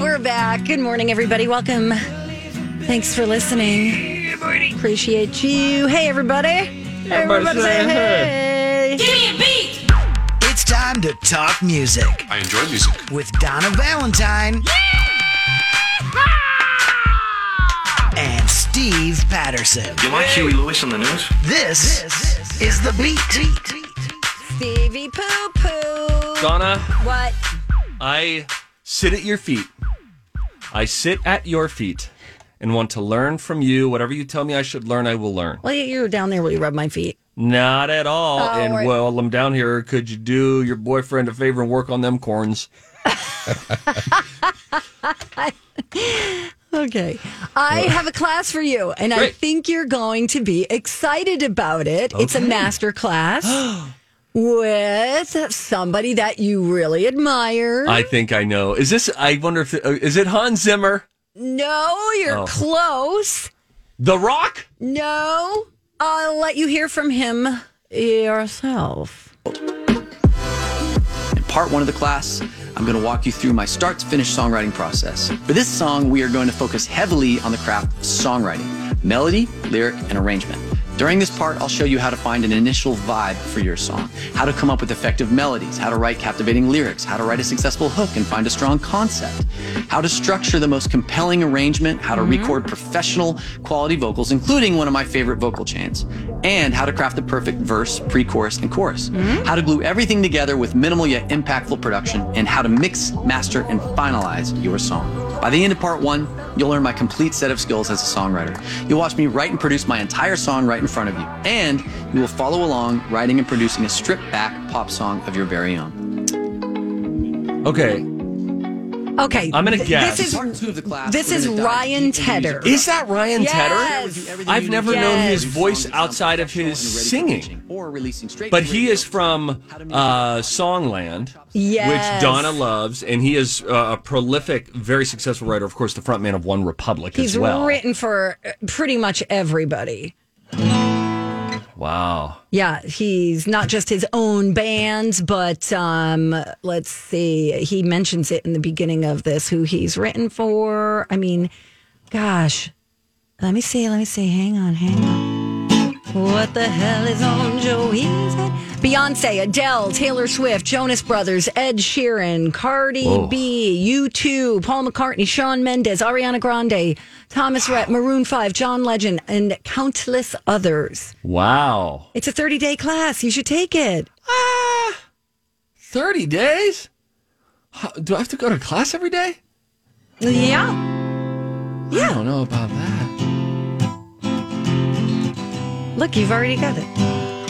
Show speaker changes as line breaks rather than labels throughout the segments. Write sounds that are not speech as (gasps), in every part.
We're back. Good morning, everybody. Welcome. Thanks for listening. Appreciate you. Hey, everybody. Everybody say hey.
It's time to talk music
I enjoy music.
with Donna Valentine and Steve Patterson.
You like Huey Lewis on the news?
This is the beat.
Stevie Poo Poo.
Donna,
What?
I sit at your feet. I sit at your feet and want to learn from you. Whatever you tell me I should learn, I will learn.
Well, you- you were down there. Will you rub my feet?
Not at all.
Oh,
and
right.
while I'm down here, could you do your boyfriend a favor and work on them corns?
Okay. I have a class for you, and I
Great.
think you're going to be excited about it. It's a master class
(gasps)
with somebody that you really admire.
I think I know. Is this, I wonder if, uh, is it Hans Zimmer?
no, you're
Oh.
close.
The Rock?
No, I'll let you hear from him yourself.
In part one of the class, I'm going to walk you through my start to finish songwriting process. For this song, we are going to focus heavily on the craft of songwriting melody, lyric, and arrangement. During this part, I'll show you how to find an initial vibe for your song, how to come up with effective melodies, how to write captivating lyrics, how to write a successful hook and find a strong concept, how to structure the most compelling arrangement, how to record professional quality vocals, including one of my favorite vocal chains, and how to craft the perfect verse, pre chorus, and chorus,
Mm-hmm.
how to glue everything together with minimal yet impactful production, and how to mix, master, and finalize your song. By the end of part one, you'll learn my complete set of skills as a songwriter. You'll watch me write and produce my entire song right in front of you, and you will follow along writing and producing a stripped back pop song of your very own.
Okay.
Okay.
I'm gonna
th-
guess.
This
Part
is
two of the class.
this
we're
is
gonna dive
Ryan
deep into music
Tedder.
Is that Ryan
Yes.
Tedder? I've never known
Yes.
his voice outside of his singing.
Or releasing straight
But
to
he
radio.
is from uh, Songland,
Yes.
which Donna loves, and he is uh, a prolific, very successful writer. Of course, the frontman of One Republic
He's
as well.
written for uh, pretty much everybody.
Wow.
Yeah, he's not just his own bands, but um, let's see. He mentions it in the beginning of this who he's written for. I mean, gosh, let me see. Let me see. Hang on. Hang on. What the hell is on Joey's head? Beyonce, Adele, Taylor Swift, Jonas Brothers, Ed Sheeran, Cardi B, U2, Paul McCartney, Sean Mendes, Ariana Grande, Thomas Rhett, Maroon 5, John Legend, and countless others.
Wow.
It's a 30 day class. You should take it.
30 Ah, days? How- do I have to go to class every day?
Yeah.
I don't know about that.
Look, you've already got it.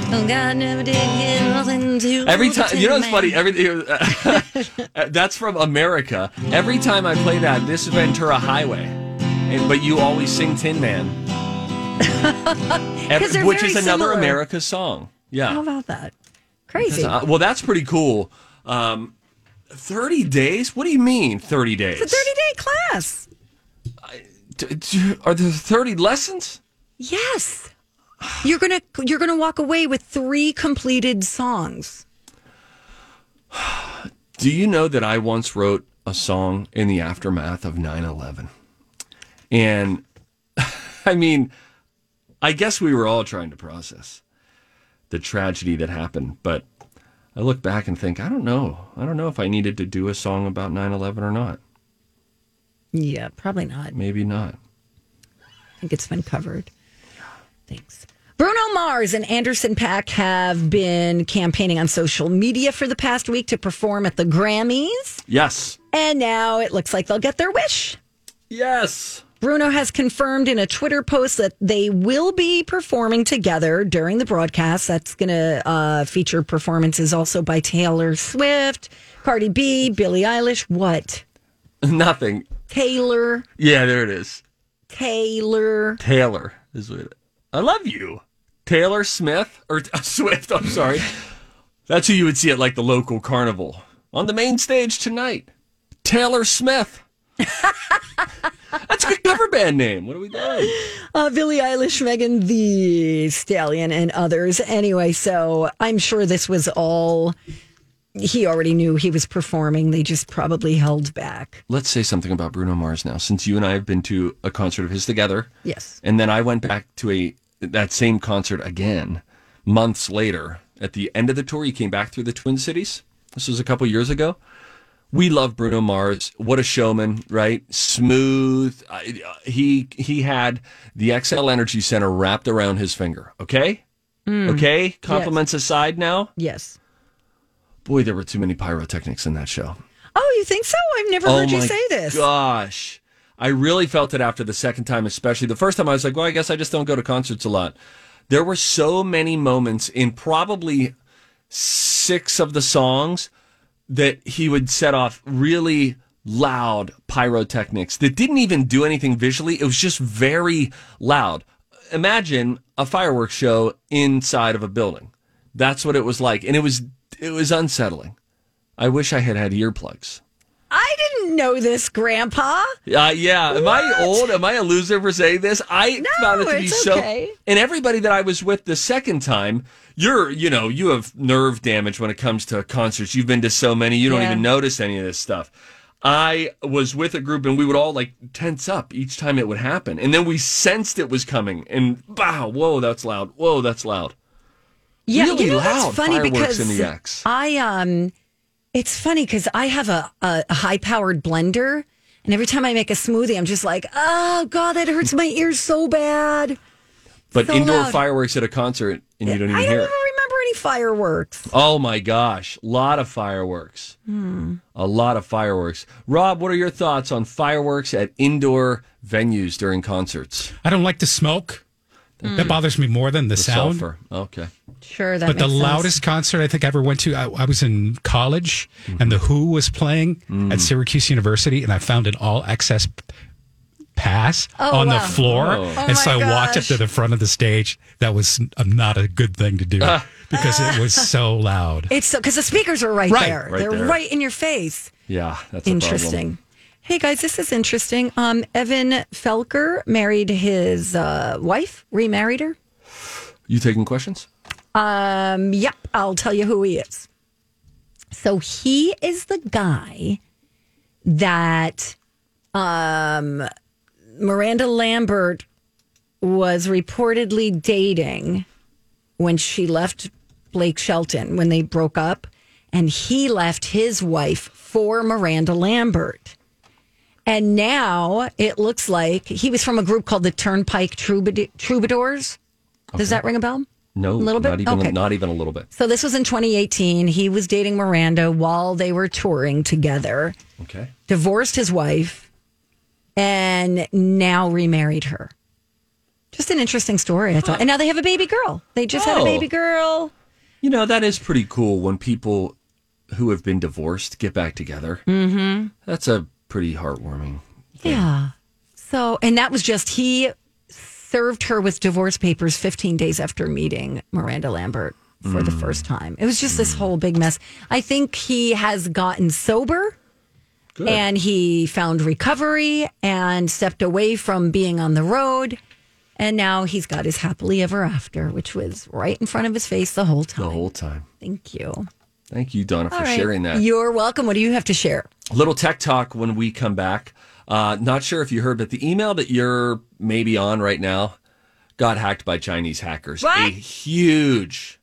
Oh, God never did get nothing to
Every time, you know what's
man.
funny? Every, (laughs) uh, that's from America. Every time I play that, this is Ventura Highway. And, but you always sing Tin Man.
(laughs)
Every-
'Cause they're
which
very
is another
similar. Oh
America song. Yeah.
How about that? Crazy.
Uh, well, that's pretty cool. Um, 30 days? What do you mean 30 days?
It's a 30 day class.
D- d- are there 30 lessons?
Yes. You're going to you're going to walk away with 3 completed songs.
Do you know that I once wrote a song in the aftermath of 9 11? And (laughs) I mean, I guess we were all trying to process the tragedy that happened, but I look back and think, I don't know. I don't know if I needed to do a song about 9 11 or not.
Yeah, probably not.
Maybe not.
I think it's been covered. Thanks. Bruno Mars and Anderson Pack have been campaigning on social media for the past week to perform at the Grammys,
Yes.
and now it looks like they'll get their wish.
Yes. (laughs)
Bruno has confirmed in a Twitter post that they will be performing together during the broadcast. That's going to uh, feature performances also by Taylor Swift, Cardi B, Billie Eilish, what?
Nothing.
Taylor,
Yeah, there it is.
Taylor.
Taylor is what it- I love you. Taylor Smith or (laughs) Swift, I'm sorry. That's who you would see at like the local carnival. On the main stage tonight. Taylor Smith. (laughs) That's a good cover band name. What are we doing?
uh, Billie Eilish, Megan the Stallion, and others. Anyway, so I'm sure this was all he already knew he was performing. They just probably held back.
Let's say something about Bruno Mars now, since you and I have been to a concert of his together.
Yes.
And then I went back to a that same concert again months later. At the end of the tour, he came back through the Twin Cities. This was a couple years ago. We love Bruno Mars. What a showman, right? Smooth. I- uh, He he had the XL Energy Center wrapped around his finger. Okay, okay. Compliments aside, now,
Yes.
boy, there were too many pyrotechnics in that show.
Oh, you think so? I've never heard you say this.
Oh Gosh. I really felt it after the second time, especially the first time I was like, well, I guess I just don't go to concerts a lot. There were so many moments in probably six of the songs that he would set off really loud pyrotechnics that didn't even do anything visually. It was just very loud. Imagine a fireworks show inside of a building. That's what it was like. And it was it was unsettling. I wish I had had earplugs.
I didn't know this, Grandpa.
Uh, yeah. Am
What?
I old? Am I a loser for saying this? I
No,
found it to be
it's
so.
okay.
And everybody that I was with the second time, you're, you know, you have nerve damage when it comes to concerts. You've been to so many, you don't
Yeah.
even notice any of this stuff. I was with a group and we would all like tense up each time it would happen. And then we sensed it was coming and wow, whoa, that's loud. Whoa, that's loud.
Yeah,
Really
you know
loud
that's funny
fireworks
because
in the X.
I um, it's funny because I have a, a high powered blender, and every time I make a smoothie, I'm just like, oh god, that hurts my ears so bad.
But
So
indoor
loud.
fireworks at a concert and you don't even
I don't
hear
even
it.
remember any fireworks.
Oh my gosh, lot of fireworks. A lot of fireworks. Rob, what are your thoughts on fireworks at indoor venues during concerts?
I don't like the smoke.
Mm.
That bothers me more than the, sound.
Sulfur. Okay.
Sure, that.
But the
makes sense.
loudest concert I think I ever went to, I, I was in college
Mm-hmm.
and The Who was playing
Mm.
at Syracuse University, and I found an all access p- pass
Oh,
on
wow.
the floor.
Oh
and so
my
I walked up
gosh.
to the front of the stage. That was n- not a good thing to do
Ah.
because it
(laughs)
was so loud.
It's so because the speakers are right,
Right,
there.
right
They're
there.
right in your face.
Yeah, that's
Interesting. Hey guys, this is interesting. Um, Evan Felker married his uh, wife, remarried her.
A problem. You taking questions?
Um, yep, I'll tell you who he is. So he is the guy that um, Miranda Lambert was reportedly dating when she left Blake Shelton when they broke up, and he left his wife for Miranda Lambert. And now it looks like he was from a group called the Turnpike Troubadour- Troubadours. Does that ring a bell?
No,
A little bit?
not even
Okay.
not even a little bit.
So this was in 2018. He was dating Miranda while they were touring together,
Okay.
divorced his wife, and now remarried her. Just an interesting story, I thought. And now they have a baby girl. They just had a
Oh.
baby girl.
You know, that is pretty cool when people who have been divorced get back together. Mm-hmm. That's a pretty heartwarming.
Yeah. So, and that was just he served her with divorce papers 15 days after meeting Miranda Lambert for
Hmm.
the first time. It was just this whole big mess. I think he has gotten sober.
Good.
and he found recovery and stepped away from being on the road. And now he's got his happily ever after, which was right in front of his face the whole time.
the whole time.
Thank you.
Thank you, Donna, for Oh. sharing that.
You're welcome. What do you have to share?
little tech talk when we come back. Uh, not sure if you heard, but the email that you're maybe on right now got hacked by Chinese hackers. A
What?
huge,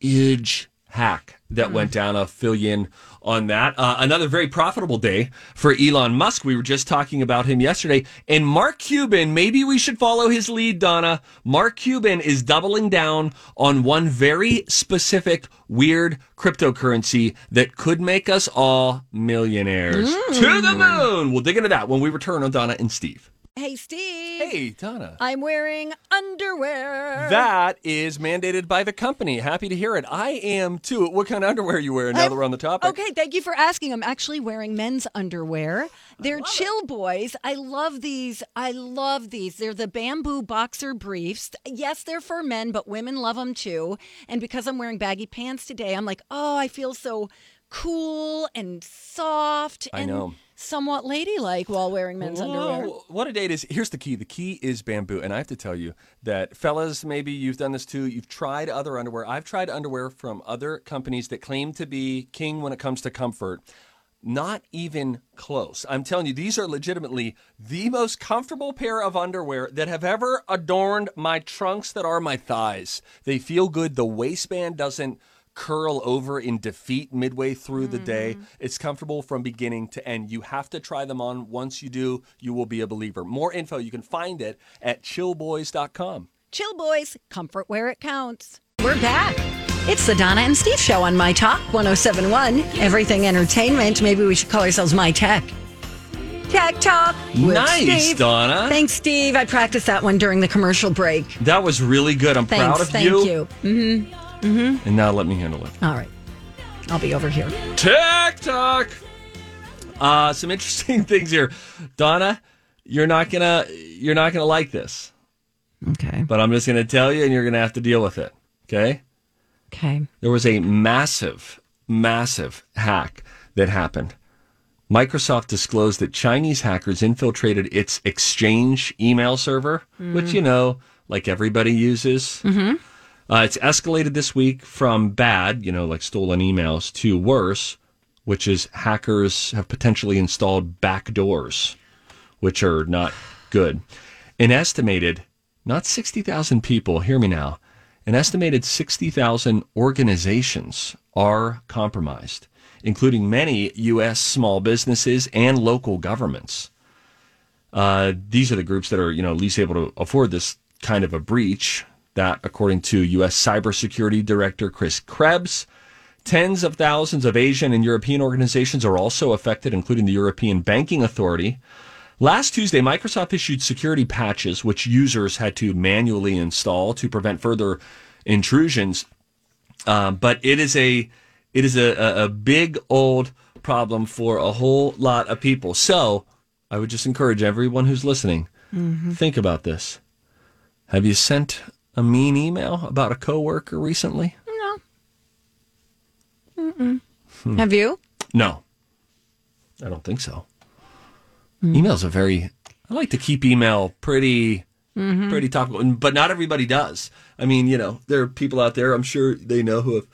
huge hack that went down. I'll fill you in on that. Uh, another very profitable day for Elon Musk. We were just talking about him yesterday. And Mark Cuban, maybe we should follow his lead, Donna. Mark Cuban is doubling down on one very specific weird cryptocurrency that could make us all millionaires. To the moon. We'll dig into that when we return on Donna and Steve.
Hey, Steve.
Hey, Donna.
I'm wearing underwear.
That is mandated by the company. Happy to hear it. I am too. What kind of underwear are you wearing now that we're on the topic?
Okay, thank you for asking. I'm actually wearing men's underwear. They're chill boys. I love these. I love these. They're the bamboo boxer briefs. Yes, they're for men, but women love them too. And because I'm wearing baggy pants today, I'm like, oh, I feel so cool and soft
I
and
know.
somewhat ladylike while wearing men's underwear.
Whoa, what a date is. Here's the key. The key is bamboo. And I have to tell you that, fellas, maybe you've done this too. You've tried other underwear. I've tried underwear from other companies that claim to be king when it comes to comfort. Not even close. I'm telling you, these are legitimately the most comfortable pair of underwear that have ever adorned my trunks that are my thighs. They feel good. The waistband doesn't curl over in defeat midway through the day. It's comfortable from beginning to end. You have to try them on. Once you do, you will be a believer. More info, you can find it at chillboys.com.
Chill boys, comfort where it counts. We're back. It's the Donna and Steve show on My Talk 1071, Everything Entertainment. Maybe we should call ourselves My Tech. Tech Talk. with
Nice,
Steve.
Donna.
Thanks, Steve. I practiced that one during the commercial break.
That was really good. I'm
Thanks.
proud of
Thank
you.
you.
And now let me handle it.
All right. I'll be over here.
TikTok. Uh, some interesting (laughs) things here, Donna. You're not gonna you're not gonna like this,
Okay.
but I'm just gonna tell you, and you're gonna have to deal with it. Okay.
Okay.
there was a massive, massive hack that happened. Microsoft disclosed that Chinese hackers infiltrated its Exchange email server, which, you know, like everybody uses. Uh, it's escalated this week from bad, you know, like stolen emails, to worse, which is hackers have potentially installed backdoors, which are not good. An estimated, not 60,000 people, hear me now, an estimated 60,000 organizations are compromised, including many U.S. small businesses and local governments. Uh, these are the groups that are, you know, least able to afford this kind of a breach. That, according to U.S. Cybersecurity Director Chris Krebs, tens of thousands of Asian and European organizations are also affected, including the European Banking Authority. Last Tuesday, Microsoft issued security patches which users had to manually install to prevent further intrusions. Um, but it is a it is a, a, a big old problem for a whole lot of people. So I would just encourage everyone who's listening, think about this. Have you sent a mean email about a coworker recently? Hmm.
Have you?
No, I don't think so. Email's a very. I like to keep email pretty, pretty topical, and- but not everybody does. I mean, you know, there are people out there. I'm sure they know who have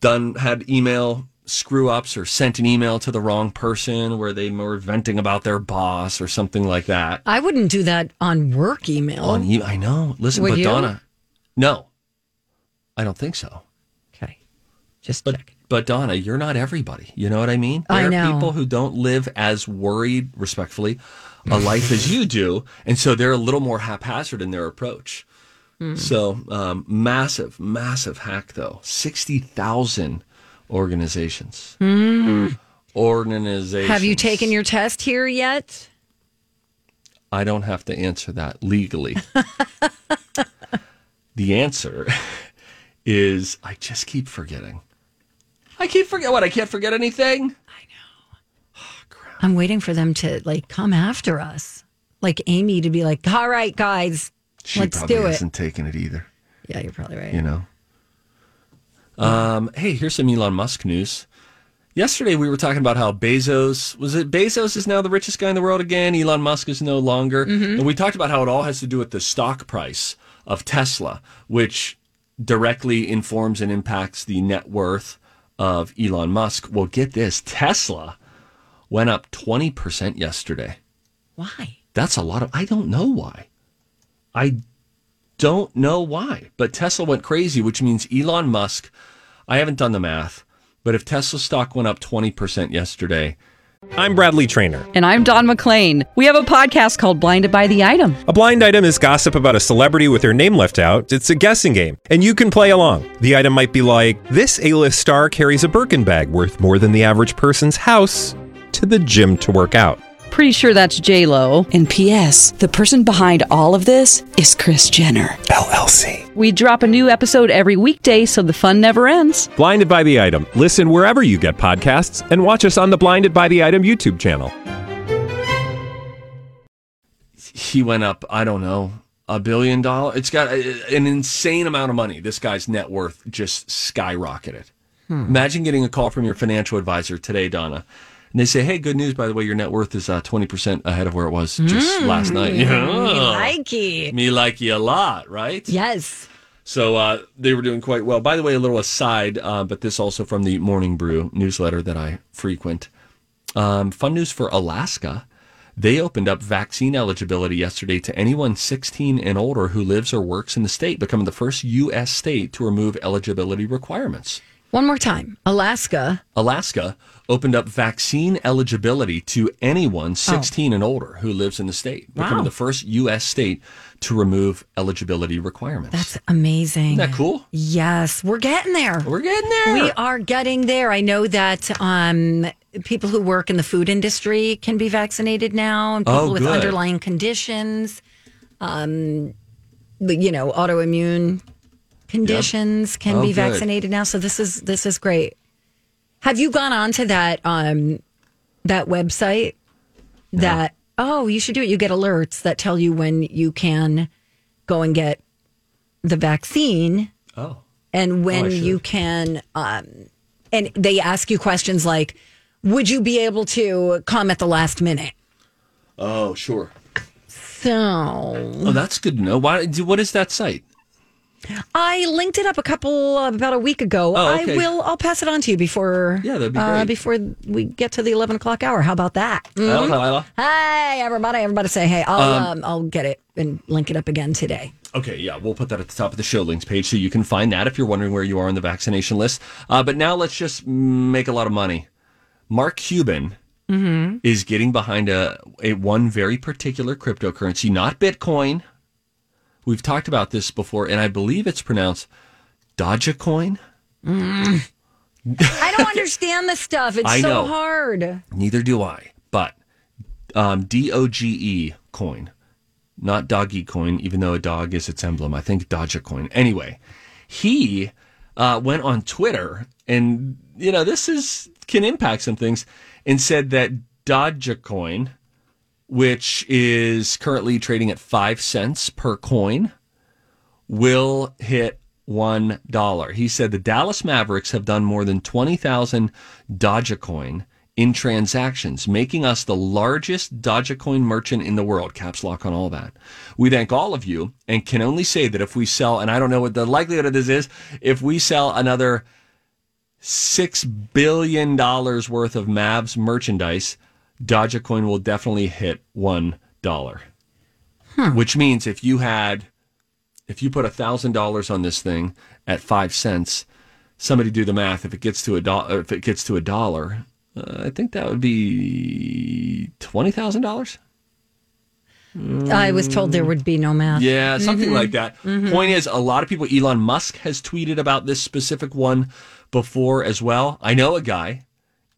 done had email screw ups or sent an email to the wrong person where they were venting about their boss or something like that.
I wouldn't do that on work email.
On e- I know. Listen,
Would
but
you?
Donna, no, I don't think so.
okay. Just
But
check.
but Donna, you're not everybody. You know what I mean? There
I
are
know.
people who don't live as worried, respectfully, a life as you do, and so they're a little more haphazard in their approach.
Hmm.
So um, massive, massive hack though. Sixty thousand organizations. Organizations.
Hmm. Have you taken your test here yet?
I don't have to answer that legally. the answer (laughs) is I just keep forgetting. I keep forget what I can't forget anything.
I'm waiting for them to like come after us. Like Amy to be like, all right, guys,
She
let's
probably
do it.
isn't taking it either,
Yeah, you're probably right.
you know. Um, hey, here's some Elon Musk news. Yesterday we were talking about how Bezos was it Bezos is now the richest guy in the world again. Elon Musk is no longer. And we talked about how it all has to do with the stock price of Tesla, which directly informs and impacts the net worth of Elon Musk. Well, get this, Tesla went up 20% yesterday.
Why?
That's a lot of. I don't know why. I don't know why. But Tesla went crazy, which means Elon Musk. I haven't done the math, but if Tesla stock went up 20% yesterday,
I'm Bradley Trainer.
And I'm Don McClain. We have a podcast called Blinded by the Item.
A blind item is gossip about a celebrity with their name left out. It's a guessing game, and you can play along. The item might be like this: A-list star carries a Birkin bag worth more than the average person's house to the gym to work out.
Pretty sure that's J Lo. And P.S. The person behind all of this is Chris Jenner.
LLC.
We drop a new episode every weekday, so the fun never ends.
Blinded by the Item. Listen wherever you get podcasts and watch us on the Blinded by the Item YouTube channel.
he went up i don't know a billion dollar it's got a, an insane amount of money this guy's net worth just skyrocketed imagine getting a call from your financial advisor today donna and they say hey good news by the way your net worth is uh, 20% ahead of where it was just last night yeah.
Mikey.
(laughs) me like you a lot right
Yes.
so uh, they were doing quite well. By the way, a little aside, uh, but this also from the Morning Brew newsletter that I frequent. Um, fun news for Alaska. They opened up vaccine eligibility yesterday to anyone 16 and older who lives or works in the state, becoming the first U.S. state to remove eligibility requirements.
One more time. Alaska.
Alaska opened up vaccine eligibility to anyone 16 and older who lives in the state, becoming
Oh. Wow.
the first U.S. state to remove eligibility requirements.
That's amazing.
Isn't that cool?
Yes, we're getting there.
We're getting there.
We are getting there. I know that um, people who work in the food industry can be vaccinated now, and people
Oh,
with
good.
underlying conditions, um, but, you know, autoimmune conditions can
Oh,
be
good.
vaccinated now. So this is this is great. Have you gone on to that um, that website? That oh, you should do it. You get alerts that tell you when you can go and get the vaccine
Oh.
and when
should.
you can um and they ask you questions like would you be able to come at the last minute
Oh, sure.
so
Oh, that's good to know. Why? do- What is that site?
i linked it up a couple about a week ago
Oh, okay.
i will i'll pass it on to you before
Yeah, that'd be
Uh,
great.
before we get to the 11 o'clock hour how about that Mm.
I don't know, Isla.
hey everybody everybody say hey i'll um, i'll get it and link it up again
(laughs)
today
Okay, yeah, we'll put that at the top of the show links page so you can find that if you're wondering where you are on the vaccination list. Uh, but now let's just make a lot of money. Mark Cuban is getting behind a, a one very particular cryptocurrency, not Bitcoin. We've talked about this before, and I believe it's pronounced Dogecoin.
i don't understand this stuff it's
I
so
know.
hard
Neither do I. But um, D O G E coin, not doggy coin, even though a dog is its emblem. I think Dogecoin. Anyway, he uh, went on Twitter, and you know this is can impact some things, and said that Dogecoin, which is currently trading at five cents per coin, will hit one dollar. He said the Dallas Mavericks have done more than twenty thousand Dogecoin in transactions, making us the largest Dogecoin merchant in the world. Caps lock on all that. We thank all of you and can only say that if we sell, and I don't know what the likelihood of this is, if we sell another six billion dollars worth of Mavs merchandise, Dogecoin will definitely hit one dollar. Which means if you had if you put a thousand dollars on this thing at five cents, somebody do the math. If it gets to a dollar, if it gets to a dollar, uh, I think that would be twenty thousand dollars.
i was told there would be no math
Yeah, something like that. Point is, a lot of people. Elon Musk has tweeted about this specific one before as well. I know a guy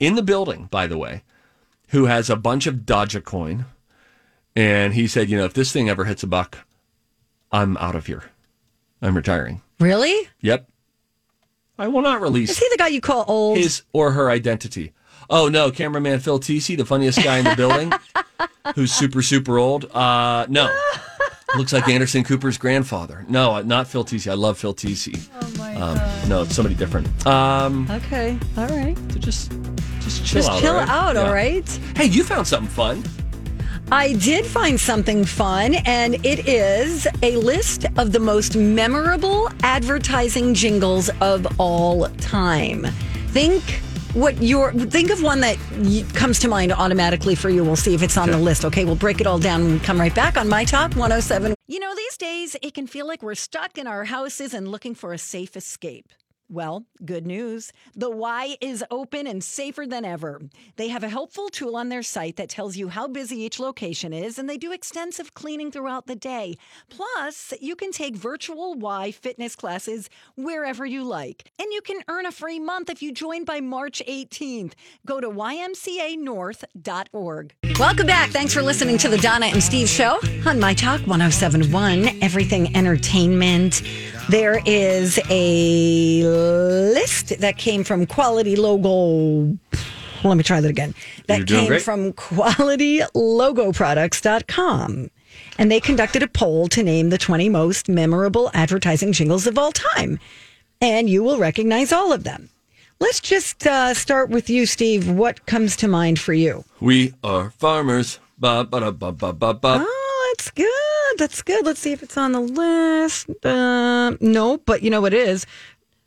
in the building, by the way, who has a bunch of Dogecoin, and he said, you know, if this thing ever hits a buck, I'm out of here. I'm retiring.
really
Yep. I will not
Is
release
he the guy you call old?
his or her identity. Oh no, cameraman Phil Tisi, the funniest guy in the
(laughs)
building, who's super super old. Uh, no, looks like Anderson Cooper's grandfather. No, uh, not Phil Tisi. I love Phil Tisi. Oh my um, No, it's somebody different. Um,
okay, all right.
so just just chill
Just
out.
chill
all right?
out, all
Yeah.
right?
Hey, you found something fun.
I did find something fun, and it is a list of the most memorable advertising jingles of all time. Think what your think of one that y- comes to mind automatically for you. We'll see if it's on the list. Okay, we'll break it all down when we come right back on my oh top 107. You know, these days it can feel like we're stuck in our houses and looking for a safe escape. Well, good news. The Y is open and safer than ever. They have a helpful tool on their site that tells you how busy each location is, and they do extensive cleaning throughout the day. Plus, you can take virtual Y fitness classes wherever you like. And you can earn a free month if you join by March 18th. Go to ymcanorth.org. Welcome back. Thanks for listening to the Donna and Steve Show on My Talk 1071, Everything Entertainment. There is a list that came from Quality Logo. Let me try that again.
You're
That
doing
came
great.
from qualitylogoproducts.com. And they conducted a poll to name the 20 most memorable advertising jingles of all time. And you will recognize all of them. Let's just uh, start with you, Steve. What comes to mind for you?
We are farmers. Ba ba da ba ba ba ba.
Oh, that's good. That's good. Let's see if it's on the list. Uh, no, but you know what it is?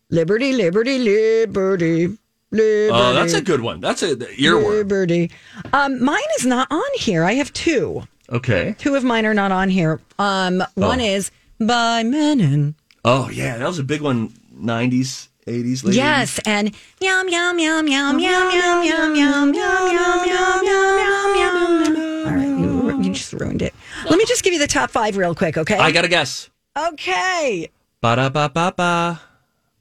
Liberty, liberty, liberty, liberty.
Oh, that's a good one. That's a the earworm.
liberty. Um, mine is not on here. I have two.
Okay.
Two of mine are not on here. Um, one
Oh.
is by Menon.
Oh yeah, that was a big one. Nineties, eighties.
Yes, and yum yum yum yum yum yum yum yum yum yum yum yum yum. yum. All right, you, you just ruined it. Let me just give you the top five real quick, okay?
I got to guess.
okay.
Ba da ba ba ba.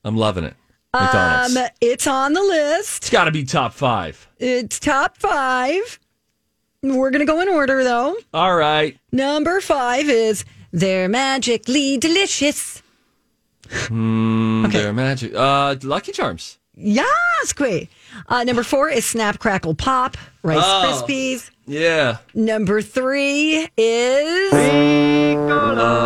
I'm loving it. McDonald's.
Um, it's on the
it's
list.
got to be top five.
It's top five. We're gonna go in order though.
All right.
Number five is they're magically delicious.
Mm, They're magic. Uh, Lucky Charms.
Yes, great. Uh, number four is Snap Crackle Pop, Rice
Oh.
Krispies.
Yeah.
Number three is. Ricola.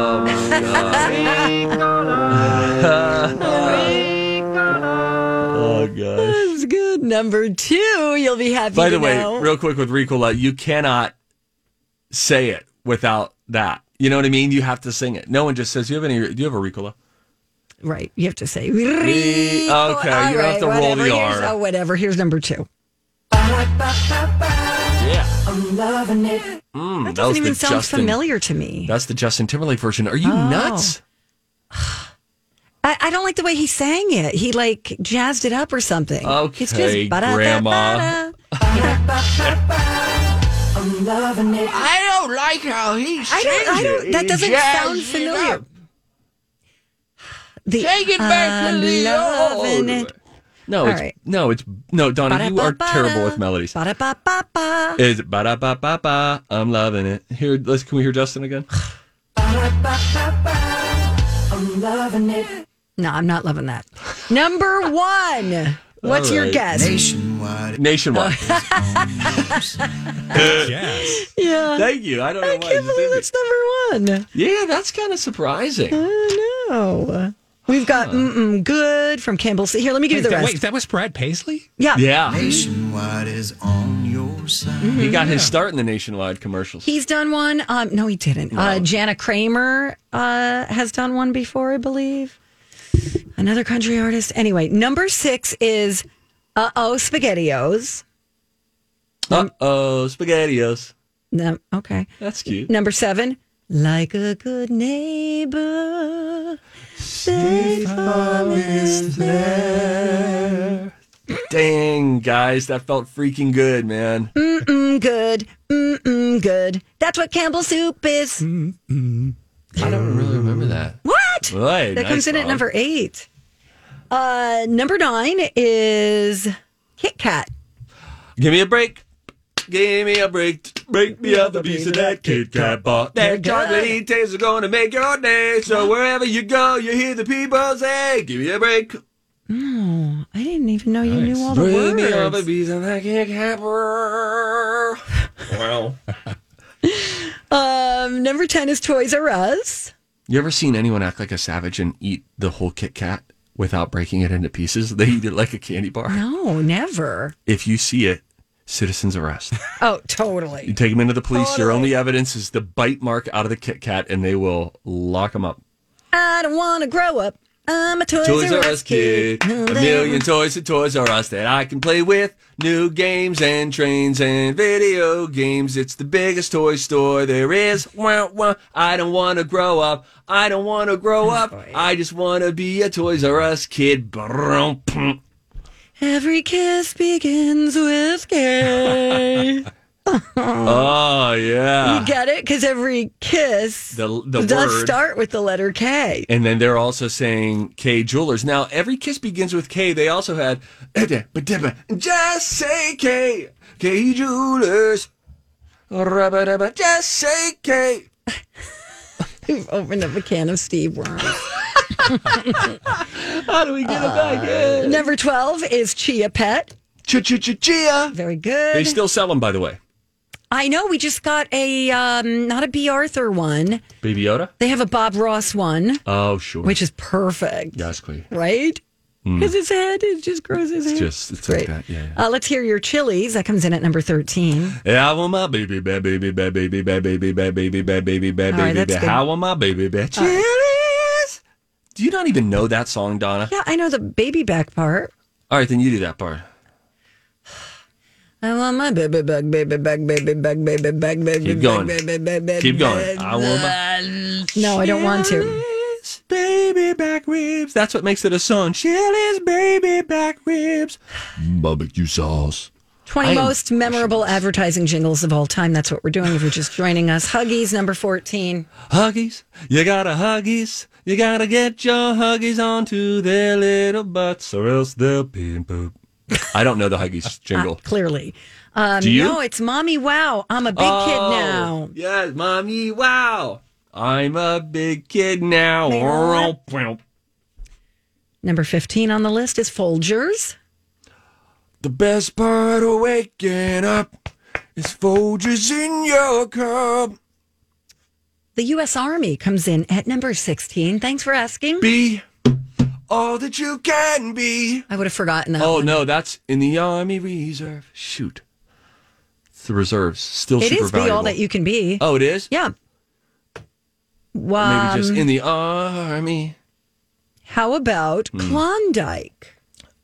Oh gosh.
That was good. Number two, you'll be happy.
By
to
the way,
know.
real quick with Ricola, you cannot say it without that. You know what I mean? You have to sing it. No one just says, "Do you have any? Do you have a Ricola?" Mm,
right? You have to say. Okay,
okay, you don't have to roll the
Here's,
R.
oh, whatever. Here's number two.
Yeah. I'm loving it.
That doesn't even sound familiar Oh. to me.
That's the Justin Timberlake version. Are you nuts?
I, I don't like the way he sang it. He like jazzed it up or something.
Okay,
it's just ba-da-da-da-da.
Grandma.
I don't like how he sings
I don't. I don't. That doesn't sound familiar. The,
Take it back to
I'm
the
loving
old
it.
No, it's
right.
no, it's no, Donna. You are terrible with melodies.
Ba-da-ba-ba-ba.
Is ba da ba ba ba? I'm loving it. Here, let's. Can we hear Justin (laughs) again?
No, I'm not loving that. Number one. What's your
right.
guess?
nationwide.
Nationwide.
Yes.
Yeah.
(laughs) Thank you. I don't know
I
why. I
can't
just
believe
did
that's number one.
it. Yeah, that's kind of surprising.
I know. We've got mm-mm good from Campbell. Here, let me give you
Wait,
the
that,
rest.
wait, that was Brad Paisley?
yeah.
Yeah, Mm-hmm.
Nationwide is on your side.
he got his start in the Nationwide commercials.
He's done one. Um, no, he didn't. Uh, Jana Kramer uh, has done one before, I believe. Another country artist. Anyway, number six is Uh Oh SpaghettiOs.
Uh oh, spaghettios.
No, okay.
That's cute.
Number seven, like a good neighbor.
Dang, guys, that felt freaking good, man.
Mm good. Mm-mm good. That's what Campbell soup is.
I don't really remember that.
What?
Right,
that
nice
comes in at
dog.
number eight. Uh, number nine is Kit Kat.
Give me a break. Give me a break. Break me up a piece of that Kit Kat bar. That chocolatey taste is going to make your day. So wherever you go, you hear the people say, "Give me a break."
I didn't even know you knew all the
Break me up a
words.
piece of that Kit Kat bar. Wow.
Um, number ten is Toys R Us.
(laughs) You ever seen anyone act like a savage and eat the whole Kit Kat without breaking it into pieces? (laughs) They eat it like a candy bar.
No, never.
If you see it, citizens arrest.
Oh,
You
totally.
take them into the police. Your only evidence is the bite mark out of the Kit Kat, and they will lock them up.
I don't want to grow up. I'm a Toys,
Toys R Us
kid.
kid, a million toys at Toys R Us that I can play with. New games and trains and video games. It's the biggest toy store there is. Wah, wah. I don't want to grow up. I don't want to (laughs) grow up. I just want to be a Toys R Us kid. Brum, pum.
Every kiss begins with K.
(laughs) Oh yeah.
You get it? Because every kiss
The- the
does
word.
start with the letter K.
And then they're also saying K Jewelers. Now, every kiss begins with K. They also had (clears throat) just say K. K Jewelers. Just say K.
We've opened up a can of Steve Worms.
How do we get it back in?
Number 12 is Chia Pet.
Ch ch ch chia.
Very good.
They still sell them, by the way.
I know we just got a, um, not a B. Arthur one.
Baby Yoda.
They have a Bob Ross one,
Oh sure.
which is perfect.
yes, Queen.
Right? Because his head, it just grows his head.
Just Hmm. it's
Great.
like that. Yeah. yeah.
Uh, let's hear your chilies. That comes in at number 13.
Yeah, I want my baby, ba- baby, ba- baby, ba- baby, ba- baby, ba- baby,
All
ba-
right,
baby,
that's
ba-
good.
How am I, baby, ba- Chilies. Do you not even know that song, Donna?
Yeah, I know the baby back part.
All right, then you do that part.
I want my baby back, baby back, baby back, baby back, baby
Keep going.
back, baby back, baby
Keep going.
back.
I want my.
No, I don't want to.
Chili's baby back ribs. That's what makes it a song. Chili's baby back ribs. Barbecue sauce.
20
I am
most memorable advertising jingles of all time. That's what we're doing if you're just joining us. Huggies, number 14.
Huggies. You gotta huggies. You gotta get your huggies onto their little butts or else they'll pee and poop. I don't know
(laughs)
the huggies jingle.
Clearly. Um,
Do you?
No, it's Mommy Wow. I'm a big
Oh,
kid now.
Yes, mommy. Wow. I'm a big kid now.
Number 15 on the list is Folgers.
The best part of waking up is Folgers in your cup.
The U.S. Army comes in at number 16. Thanks for asking.
Be all that you can be.
I would have forgotten that.
Oh
one.
no, that's in the Army Reserve. Shoot, it's the reserves still
It
super
is Be
valuable.
All That You Can Be.
oh, it is.
Yeah. um,
Maybe
Wow.
just in the Army.
How about
Hmm.
Klondike?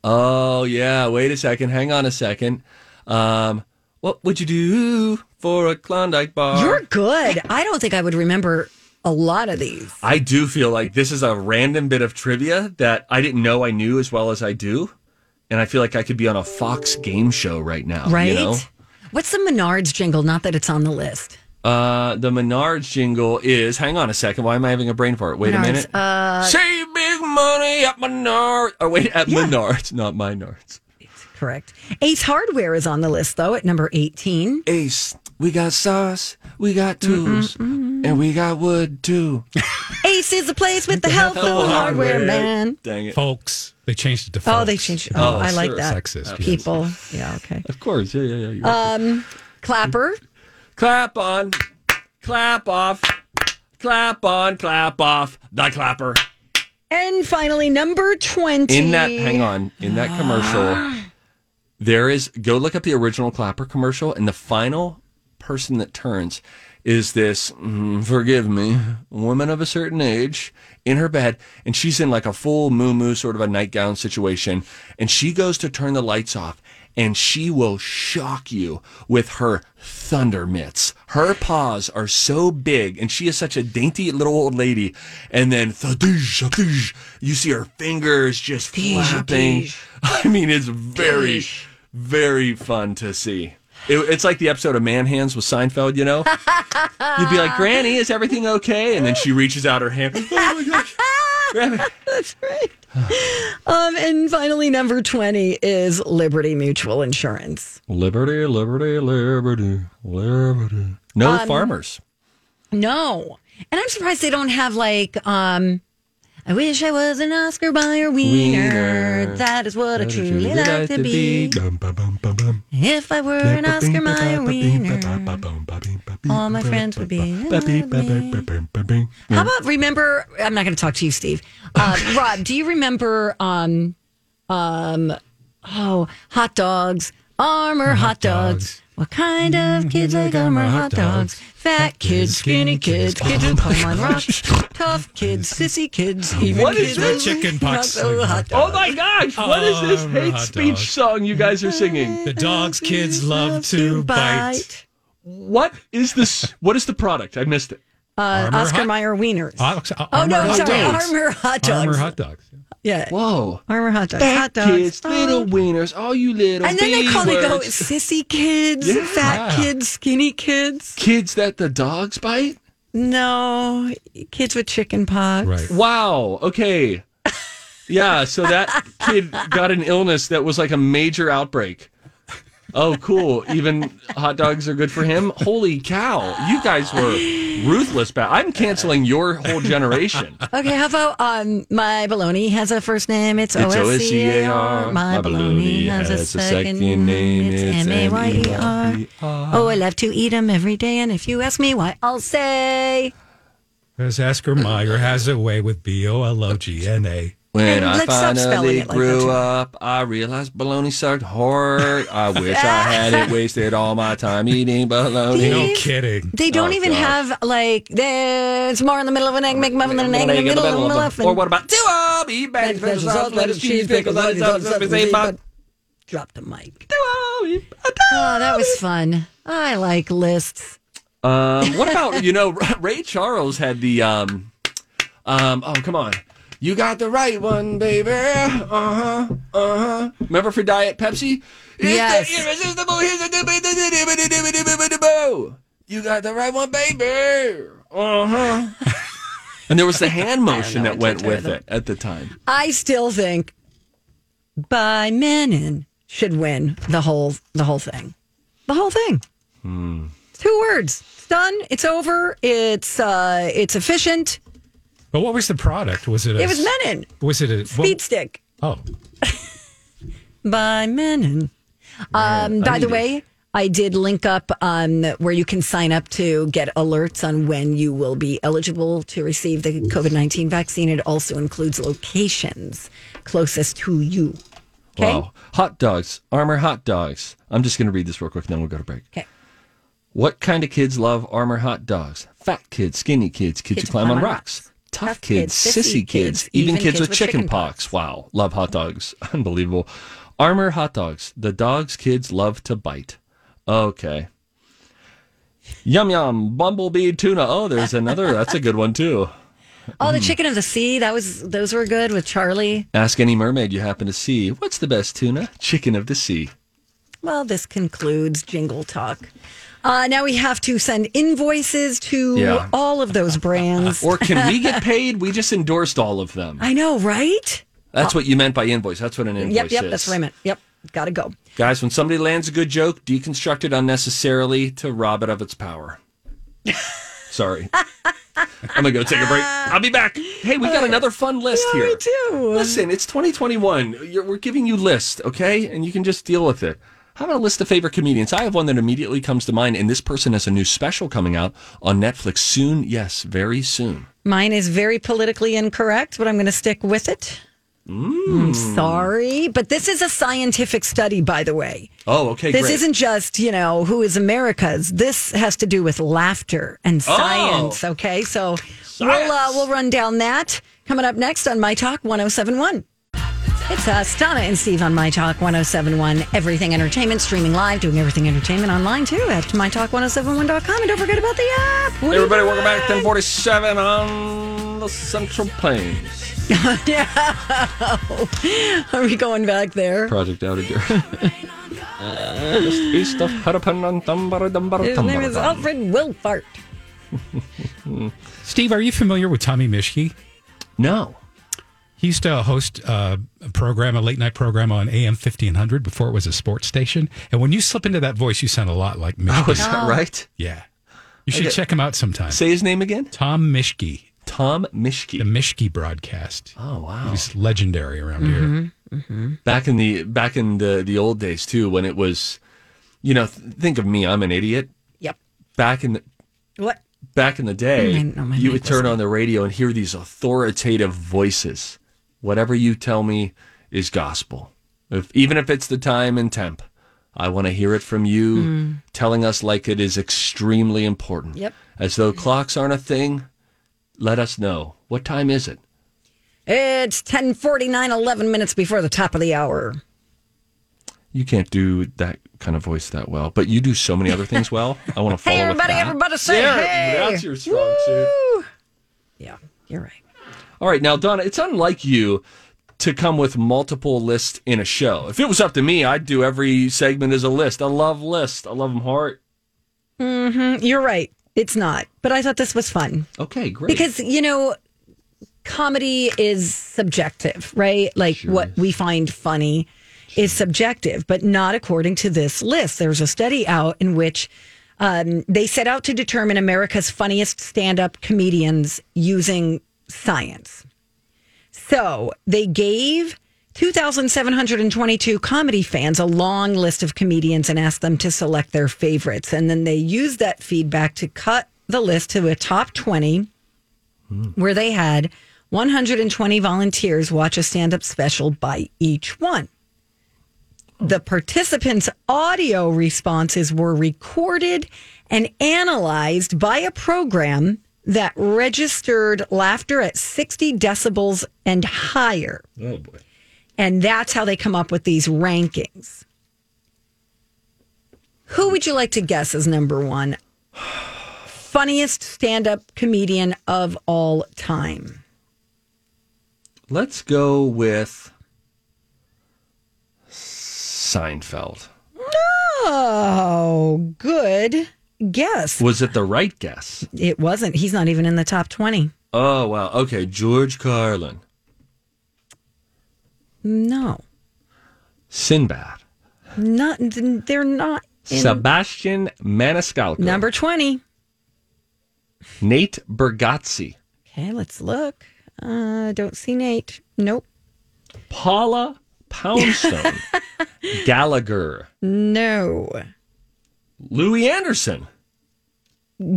Oh yeah. Wait a second. Hang on a second. Um, what would you do for a Klondike bar?
You're good. I don't think I would remember a lot of these.
I do feel like this is a random bit of trivia that I didn't know I knew as well as I do, and I feel like I could be on a Fox game show right now.
Right?
You know?
What's the Menards jingle? Not that it's on the list.
Uh, the Menards jingle is. Hang on a second. Why am I having a brain fart? Wait
Menards,
a minute. Uh, Save big money at Menards. Or wait, at Menards, not Menards.
Correct. Ace Hardware is on the list, though, at number 18.
Ace, we got sauce, we got
Mm-hmm,
tools, and we got
(laughs)
wood too.
Ace is the place with the helpful Oh, hardware, man.
Dang it.
folks. They changed it to folks.
Oh, they changed. it. Oh,
Oh,
I like
sure.
that.
Sexist, yes.
People. Yeah, okay.
Of course. Yeah, yeah, yeah. you're right.
Um, Clapper.
clap on, clap off, clap on, clap off. The clapper.
And finally, number 20.
In that, hang on, in that commercial, there is, go look up the original Clapper commercial, and the final person that turns is this, mm, forgive me, woman of a certain age in her bed, and she's in like a full moo moo sort of a nightgown situation, and she goes to turn the lights off. And she will shock you with her thunder mitts. Her paws are so big, and she is such a dainty little old lady. And then, thadish, thadish, you see her fingers just flapping. (laughs) I mean, it's very, very fun to see. It, it's like the episode of Man Hands with Seinfeld,
(laughs)
you know? You'd be like, Granny, is everything okay? And then she reaches out
(laughs)
her hand. Oh my gosh. Granny.
That's right. um, and finally, number 20 is Liberty Mutual Insurance.
Liberty, liberty, liberty, liberty. No
Um,
farmers.
No. And I'm surprised they don't have like, um, I wish I was an Oscar buyer wiener.
Wiener.
That is what I truly like, to be.
Bum, bum, bum, bum, bum.
If I were an Oscar buyer wiener,
Oh
all my friends would be. in love with me. How about remember? I'm not going to talk to you, Steve.
(laughs)
Uh, Rob, do you remember? Um, um, oh, hot dogs, armor, hot, dogs. What kind
Mm-hmm.
of kids like them are hot dogs? Fat kids, skinny kids, kids with
Oh my
palm on rocks, tough kids, sissy kids, even
What is
kids with
this?
Chicken pox.
knuckle hot
Oh
dogs.
my gosh! What is this
Um,
Oh,
hate
hot
speech
dog.
song you guys are singing?
The dogs kids love to bite.
What is this? What is the product? I missed it.
Uh,
Armor
Oscar
hot-
Mayer wieners.
Ox-
oh no,
Armor hot
sorry,
dogs.
armor hot dogs.
Armor hot dogs.
yeah,
Whoa!
armor hot dogs. hot
Fat
dogs.
kids, little
Oh.
wieners, all you little.
And then they call me go
B-words.
sissy kids,
Yeah.
fat kids, skinny kids.
kids that the dogs bite.
No, kids with chicken pox.
Right.
Wow.
(laughs)
Okay. Yeah. So that kid got an illness that was like a major outbreak. Oh, cool. Even hot dogs are good for him. Holy cow. You guys were ruthless. Back. I'm canceling your whole generation.
Okay, how about um, my baloney has a first name? It's,
It's
O S C A
O S C A R.
R. My baloney has a second name. It's M A Y E R. Oh, I love to eat 'em every day, and if you ask me why, I'll say
As Oscar Meyer has a way with B O L O G N A.
When
Hey,
I
let's stop spelling it
finally
like that,
grew
too.
up, I realized bologna sucked hard. I wish I hadn't wasted all my time eating bologna.
No kidding.
they don't
Oh,
even
gosh.
have like there's more in the middle of an egg McMuffin than an egg in the middle of a muffin.
Or what about two of them? Eat bags, vegetables, sauce, lettuce, cheese, pickles, onions, onions, onions, onions, onions,
Drop the mic.
onions,
Oh, that was fun. I like lists.
Um, what about you know (laughs) Ray Charles had the um, um, oh come on, you got the right one, baby. Uh huh. Uh huh. Remember for Diet Pepsi? It's
Yes.
The irresistible. Here's the you got the right one, baby. Uh huh. and there was the hand motion that went with it at the time.
I still think by Menon should win the whole the whole thing. The whole thing. Two words. It's done. It's over. It's uh it's efficient.
But what was the product? Was it? A,
It was Menon.
Was it a
Speed
what-
stick.
Oh,
By Menon. Um by the way, I did link up um where you can sign up to get alerts on when you will be eligible to receive the COVID nineteen vaccine. It also includes locations closest to you. Okay.
Wow. Hot dogs, armor hot dogs. I'm just going to read this real quick, then we'll go to break.
'Kay.
What kind of kids love armor hot dogs? Fat kids, skinny kids, kids, who climb on rocks, tough, kids, sissy kids, even kids, with, chicken pox. Wow, love hot dogs. (laughs) Unbelievable. Armor hot dogs. The dogs kids love to bite. Okay. Yum yum, bumblebee tuna. Oh, there's another. That's a good one too.
Oh, the chicken of the sea. That was those were good with Charlie.
Ask any mermaid you happen to see. What's the best tuna? Chicken of the sea.
Well, this concludes Jingle Talk. Uh, now we have to send invoices to
Yeah.
all of those
(laughs)
brands.
Or can
(laughs)
we get paid? We just endorsed all of them.
I know, right?
That's what you meant by invoice. That's what an invoice
Yep, yep.
is.
That's what I meant. Yep, gotta go.
Guys, when somebody lands a good joke, deconstruct it unnecessarily to rob it of
(laughs)
its power. Sorry. I'm going to go take a break. I'll be back. Hey, we got another fun list here.
Uh, Me too.
Listen, it's 2021. You're, we're giving you lists, okay? And you can just deal with it. How about a list of favorite comedians? I have one that immediately comes to mind, and this person has a new special coming out on Netflix soon. Yes, very soon.
Mine is very politically incorrect, but I'm going to stick with it.
Mm.
I'm sorry, but this is a scientific study, by the way.
Oh, okay,
This
great.
isn't just, you know, who is America's. This has to do with laughter and
Oh.
science. Okay. So we'll, uh, we'll run down that coming up next on My Talk 1071. It's us, Donna and Steve on My Talk 1071, Everything Entertainment, streaming live, doing everything entertainment online too at MyTalk1071.com. And don't forget about the app. What are you
Everybody, welcome back.
doing?
1047 on the Central Plains.
Are we going back there?
Project (laughs) Outager. Just east of Harapan Thumbara Dumbara
His name is
Thumbara.
Alfred Wilfart.
Steve, are you familiar with Tommy Mishke?
No.
He used to host uh, a program, a late night program on AM 1500 before it was a sports station. And when you slip into that voice, you sound a lot like Mishke.
Was Oh, that right?
yeah. You should check him out sometime.
Say his name again.
Tom Mishke,
Tom
the
Mishke.
Mishke broadcast.
Oh Mm-hmm. wow.
He's legendary around here.
Back in the back in the the old days too when it was you know, th- think of me, I'm an idiot.
Yep.
Back in the
What?
back in the day,
I didn't know Oh, my
you
mic
would
was
turn on the radio and hear these authoritative voices. Whatever you tell me is gospel, if, even if it's the time and temp. I want to hear it from you, telling us like it is extremely important.
Hmm. Yep.
As though clocks aren't a thing, let us know. What time is it?
It's 1049, 11 minutes before the top of the hour.
You can't do that kind of voice that well, but you do so many other things well. I want to follow
(laughs) Hey,
with
everybody,
that.
everybody say
There,
hey.
That's your strong suit.
Yeah, you're right.
All right, now Donna, it's unlike you to come with multiple lists in a show. If it was up to me, I'd do every segment as a list. I love lists. I love them hard.
You're right. It's not. But I thought this was fun.
Okay, great.
because you know comedy is subjective right like what we find funny is subjective but not according to this list there's a study out in which um, they set out to determine america's funniest stand-up comedians using science so they gave 2,722 comedy fans a long list of comedians and asked them to select their favorites. And then they used that feedback to cut the list to a top 20 where they had 120 volunteers watch a stand up special by each one. The participants' audio responses were recorded and analyzed by a program that registered laughter at 60 decibels and higher. Oh, boy. And that's how they come up with these rankings. Who would you like to guess as number one? (sighs) Funniest stand up comedian of all time.
Let's go with Seinfeld.
Oh, good guess.
Was it the right guess?
It wasn't. He's not even in the top 20.
Oh, wow. Okay, George Carlin,
No,
Sinbad,
not. They're not in
Sebastian Maniscalco,
number 20.
Nate Bergazzi,
Okay, let's look. Uh, don't see Nate. Nope.
Paula
(laughs)
Poundstone, Gallagher,
No.
Louis Anderson,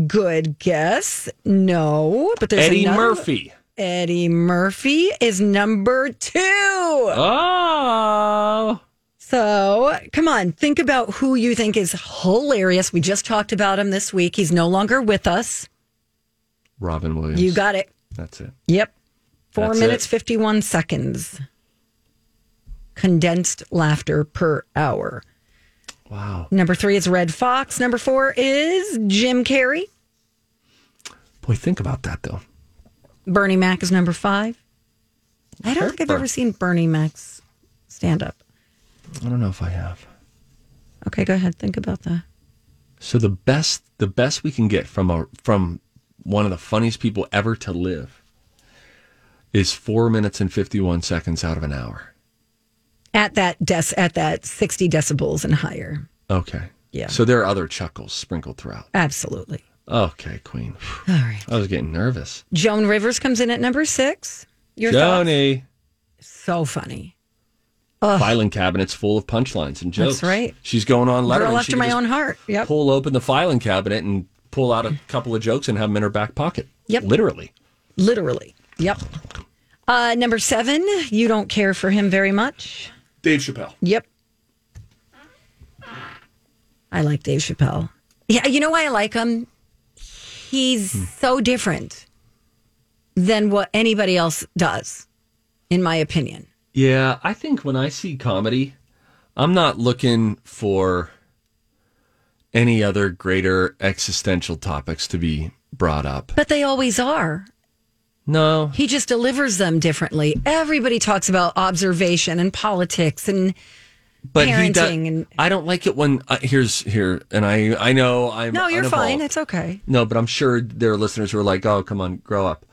Good guess. No. But there's
Eddie
another-
Murphy.
Eddie Murphy is number two.
Oh.
So come on, think about who you think is hilarious. We just talked about him this week. He's no longer with us.
Robin Williams.
You got it.
That's it.
Yep. Four
That's
minutes,
it.
51 seconds. Condensed laughter per hour.
Wow.
Number three is Red Fox. Number four is Jim Carrey.
Boy, think about that though.
Bernie Mac is number five. I don't
Sure,
think I've
Bern-
ever seen Bernie Mac's stand up.
I don't know if I have.
Okay, go ahead. Think about that.
So the best the best we can get from a from one of the funniest people ever to live is 4 minutes and 51 seconds out of an hour.
At that des- at that 60 decibels and higher.
Okay.
Yeah.
So there are other chuckles sprinkled throughout.
Absolutely.
Okay, queen.
All right.
I was getting nervous.
Joan Rivers comes in at number six. Your thoughts?
Joni.
So funny.
Filing cabinets full of punchlines and jokes.
That's right.
She's going on letter.
Girl after my own heart. Yep.
pull open the filing cabinet and pull out a couple of jokes and have them in her back pocket.
Yep.
Literally.
Literally. Yep. Uh, number seven, you don't care for him very much.
Dave Chappelle.
Yep. I like Dave Chappelle. Yeah, you know why I like him? He's so different than what anybody else does, in my opinion.
Yeah, I think when I see comedy, I'm not looking for any other greater existential topics to be brought up.
But they always are.
No.
He just delivers them differently. Everybody talks about observation and politics and
But he does,
Parenting and-
I don't like it when uh, here's here and I I know I'm
No, you're fine.
unevolved.
It's okay.
No, but I'm sure there are listeners who are like, oh, come on, grow up.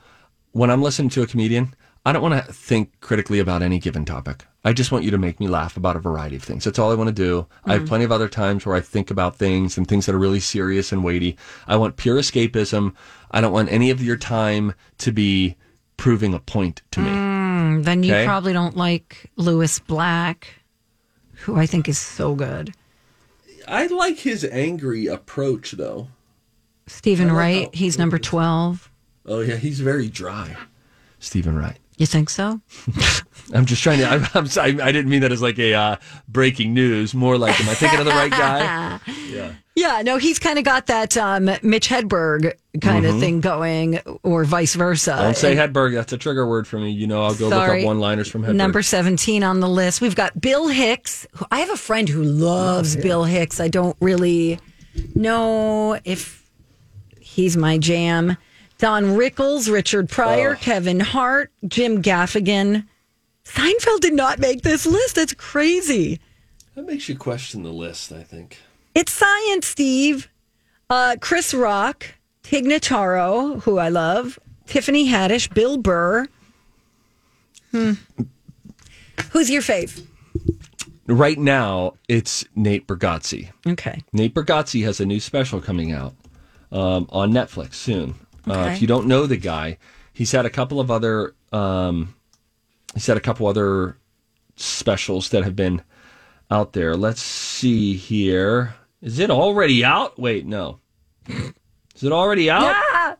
When I'm listening to a comedian, I don't want to think critically about any given topic. I just want you to make me laugh about a variety of things. That's all I want to do. I have plenty of other times where I think about things and things that are really serious and weighty. I want pure escapism. I don't want any of your time to be proving a point to me.
Then you
Okay.
probably don't like Lewis Black, who I think is so good.
I like his angry approach, though.
Stephen Wright, he's number 12.
Oh, yeah, he's very dry. Stephen Wright.
You think so?
I'm just trying to. I'm, I'm, si I didn't mean that as like a uh, breaking news. More like, am I thinking of the
(laughs)
right guy?
Yeah, no, he's kind of got that um, Mitch Hedberg kind of thing going, or vice versa.
Mm-hmm. Don't say Hedberg. That's a trigger word for me. You know, I'll go look
Sorry.
up one-liners from Hedberg.
Number 17 on the list. We've got Bill Hicks. Who, I have a friend who loves Bill Hicks. I don't really know if he's my jam. Don Rickles, Richard Pryor, Kevin Hart, Jim Gaffigan. Seinfeld did not make this list. That's crazy.
That makes you question the list. I think.
It's science, Steve. Uh, Chris Rock, Tig Notaro, who I love, Tiffany Haddish, Bill Burr. Hmm. Who's your fave?
Right now, it's Nate Bargatze.
Okay.
Nate Bargatze has a new special coming out um, on Netflix soon. Uh,
Okay.
if you don't know the guy, he's had a couple of other um, he's had a couple other specials that have been out there. Let's see here. Is it already out? Wait, no. Is it already out?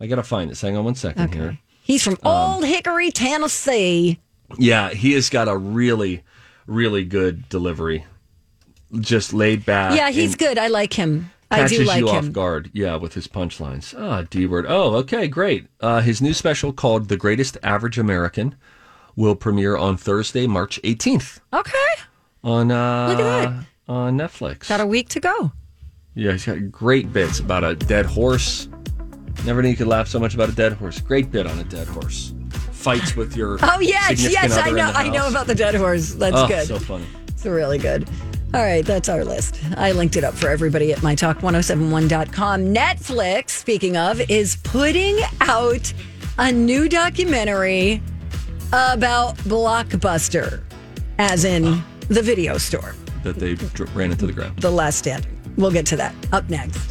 I gotta find this. Hang on one second here.
He's from
Um,
Old Hickory, Tennessee.
Yeah, he has got a really, really good delivery. Just laid back.
yeah, he's
uh, and-
good. I like him. I
catches
do like
you
him.
off guard. Yeah, with his punchlines. Ah, D word. Oh, okay, great. Uh, his new special called "The Greatest Average American" will premiere on Thursday, March 18th
Okay.
on uh,
Look at
on Netflix.
Got a week to go.
yeah, he's got great bits about a dead horse. Never knew you could laugh so much about a dead horse. Great bit on a dead horse. Fights with your
(laughs) Oh yes,
significant
yes,
other
I
in
know
the
I know
house.
about the dead horse. That's
oh,
good.
so funny.
It's really good. All right, that's our list. I linked it up for everybody at mytalk1071.com. Netflix, speaking of, is putting out a new documentary about Blockbuster, as in the video store,
That they dr- ran into the ground.
The Last Standing. We'll get to that up next.